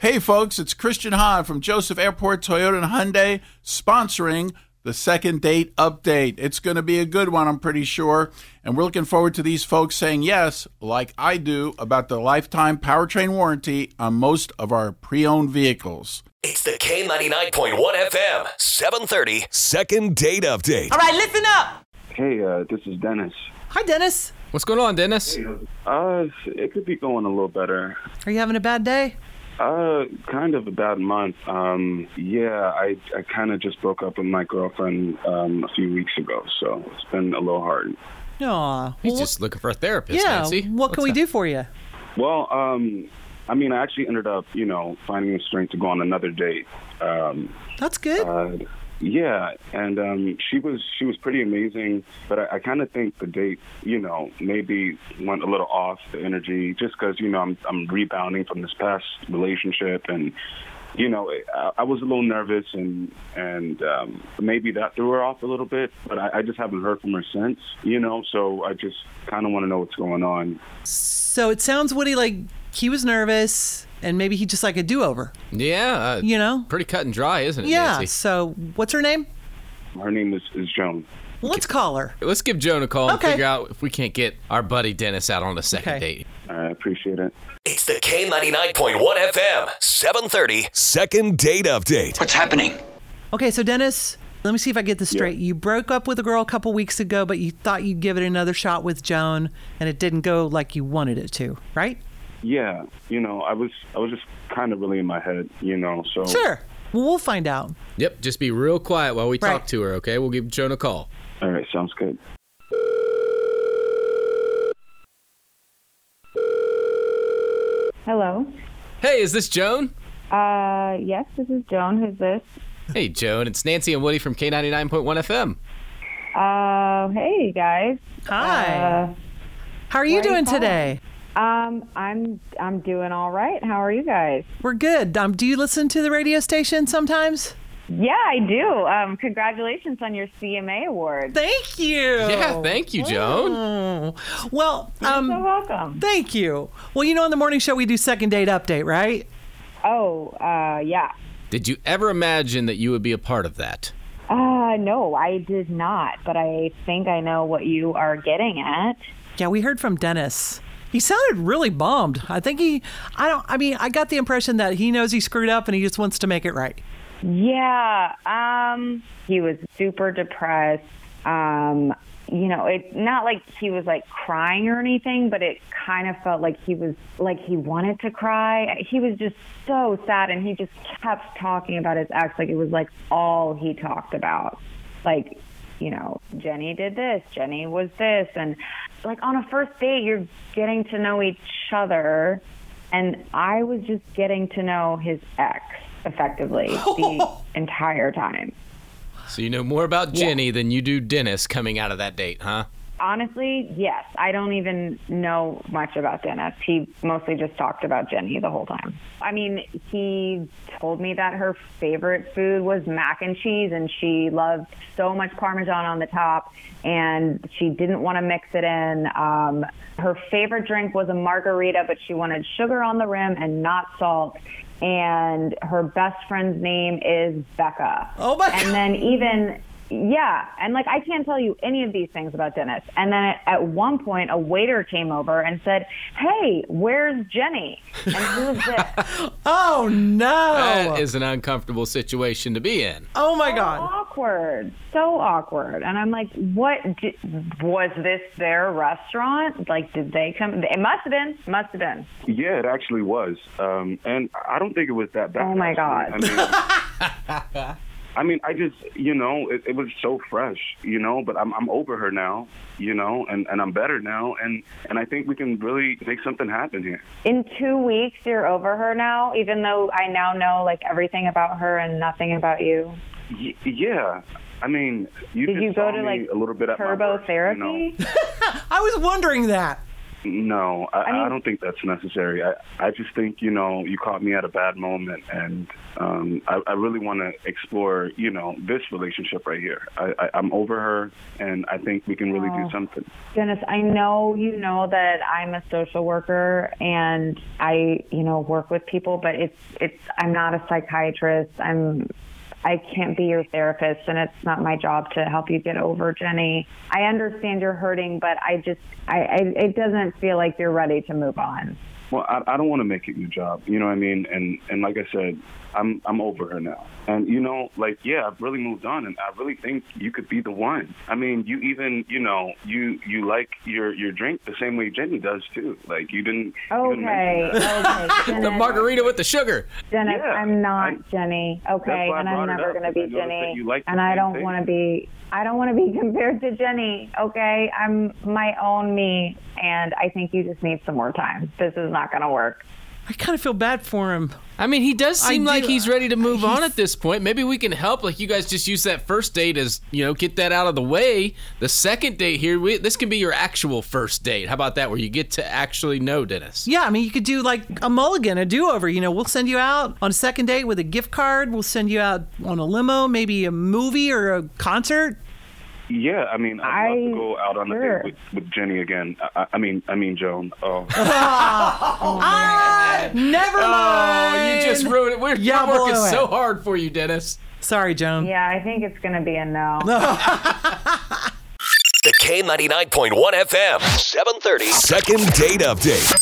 Hey, folks, it's Christian Hahn from Joseph Airport Toyota and Hyundai sponsoring the second date update. It's going to be a good one, I'm pretty sure. And we're looking forward to these folks saying yes, like I do, about the lifetime powertrain warranty on most of our pre owned vehicles. It's the K99.1 FM, 730. Second date update. All right, listen up. Hey, uh, this is Dennis. Hi, Dennis. What's going on, Dennis? Uh, it could be going a little better. Are you having a bad day? Uh, kind of a bad month. Um, yeah, I, I kind of just broke up with my girlfriend um, a few weeks ago, so it's been a little hard. Aw. He's well, just looking for a therapist, yeah. Nancy. What can we do for you? Well, um, I mean, I actually ended up, you know, finding the strength to go on another date. Um, That's good. uh, yeah, and um, she was she was pretty amazing, but I, I kind of think the date, you know, maybe went a little off the energy, just because you know I'm I'm rebounding from this past relationship, and you know I, I was a little nervous, and and um, maybe that threw her off a little bit, but I, I just haven't heard from her since, you know, so I just kind of want to know what's going on. so it sounds Woody like he was nervous and maybe he just like a do over, Yeah. Uh, you know? Pretty cut and dry, isn't it, Yeah. Nancy? So what's her name? Her name is is Joan. Well, Let's call her. Let's give Joan a call and Okay. figure out if we can't get our buddy Dennis out on a second Okay. date. I appreciate it. It's the K99.1 FM, 730. Second date update. What's happening? Okay, so Dennis, let me see if I get this straight. You broke up with a girl a couple weeks ago, but you thought you'd give it another shot with Joan, and it didn't go like you wanted it to, right? Yeah, you know, I was I was just kind of really in my head, you know, so Sure. Well, we'll find out. Yep. Just be real quiet while we Right. talk to her, okay? We'll give Joan a call. All right, sounds good. Hello. Hey, is this Joan? Uh, yes, this is Joan. Who's this? Hey, Joan. It's Nancy and Woody from K99.1 FM. Uh, hey guys. Hi. Uh, How are you why are you doing calling? today? um, I'm I'm doing all right. How are you guys? We're good. Um, do you listen to the radio station sometimes? Yeah, I do. Um, congratulations on your CMA award. Thank you. Yeah, thank you, Joan. Oh. Well, You're um, welcome. thank you. Well, you know, on the morning show, we do second date update, right? Oh, uh, yeah. Did you ever imagine that you would be a part of that? Uh, no, I did not, but I think I know what you are getting at. Yeah, we heard from Dennis. He sounded really bummed. I think he, I don't, I mean, I got the impression that he knows he screwed up and he just wants to make it right. Yeah. Um, he was super depressed. Um, you know, it not like he was like crying or anything, but it kind of felt like he was like he wanted to cry. He was just so sad and he just kept talking about his ex like it was like all he talked about. Like, you know, Jenny did this, Jenny was this and like on a first date you're getting to know each other and I was just getting to know his ex effectively the entire time. So you know more about Jenny than you do Dennis coming out of that date, huh? Honestly, yes. I don't even know much about Dennis. He mostly just talked about Jenny the whole time. I mean, he told me that her favorite food was mac and cheese and she loved so much Parmesan on the top and she didn't want to mix it in. Um, her favorite drink was a margarita, but she wanted sugar on the rim and not salt. And her best friend's name is Becca. Oh my And then even yeah and like i can't tell you any of these things about dennis and then at one point a waiter came over and said hey where's jenny and who's this Oh no. That is an uncomfortable situation to be in. oh my so God. awkward so awkward and i'm like what d- was this their restaurant like did they come it must have been must have been Yeah, it actually was, um, and I don't think it was that bad. Oh, my actually. I mean, I mean, I just, you know, it, it was so fresh, you know. But I'm, I'm over her now, you know, and, and I'm better now, and and I think we can really make something happen here. in two weeks you're over her now even though i now know like everything about her and nothing about you Y- yeah, I mean, you did just you go saw to me like a little bit at my turbo work, you know. therapy I was wondering that. No, I, I, mean- don't think that's necessary. I, I just think, you know, you caught me at a bad moment, and um, I, I really want to explore, you know, this relationship right here. I, I, I'm over her, and I think we can really do something. Dennis, I know you know that I'm a social worker and I, you know, work with people, but it's it's I'm not a psychiatrist. I'm I can't be your therapist and it's not my job to help you get over Jenny. I understand you're hurting, but I just I, I it doesn't feel like you're ready to move on. Well, I, I don't want to make it your job. You know what I mean? And and like I said, I'm I'm over her now. And you know, like yeah, I've really moved on, and I really think you could be the one. I mean, you even you know you you like your your drink the same way Jenny does too. Like you didn't. You didn't mention Okay. that. okay. The Dennis, margarita with the sugar. Dennis, Yeah, I'm not I- Jenny, okay? why I And brought I'm it never up, going 'cause to I be noticed that Jenny. you like the and I same don't thing. want to be I don't want to be compared to Jenny, okay? I'm my own me and I think you just need some more time. This is not going to work. I kind of feel bad for him. I mean, he does I seem like do- he's ready to move on he's- at this point. Maybe we can help. Like you guys just use that first date as you know, get that out of the way. The second date here, we, this can be your actual first date. How about that, where you get to actually know Dennis? Yeah, I mean, you could do like a mulligan, a do over. You know, we'll send you out on a second date with a gift card. We'll send you out on a limo, maybe a movie or a concert. Yeah, I mean, I'd love I- to go out on sure. a date with, with Jenny again. I, I mean, I mean Joan. Oh, Never Oh, mind. you just ruined it. We're, Yeah, we're working blow it. so hard for you, Dennis. Sorry, Joan. Yeah, I think it's going to be a no. The K99.1 FM, 730. Second date update.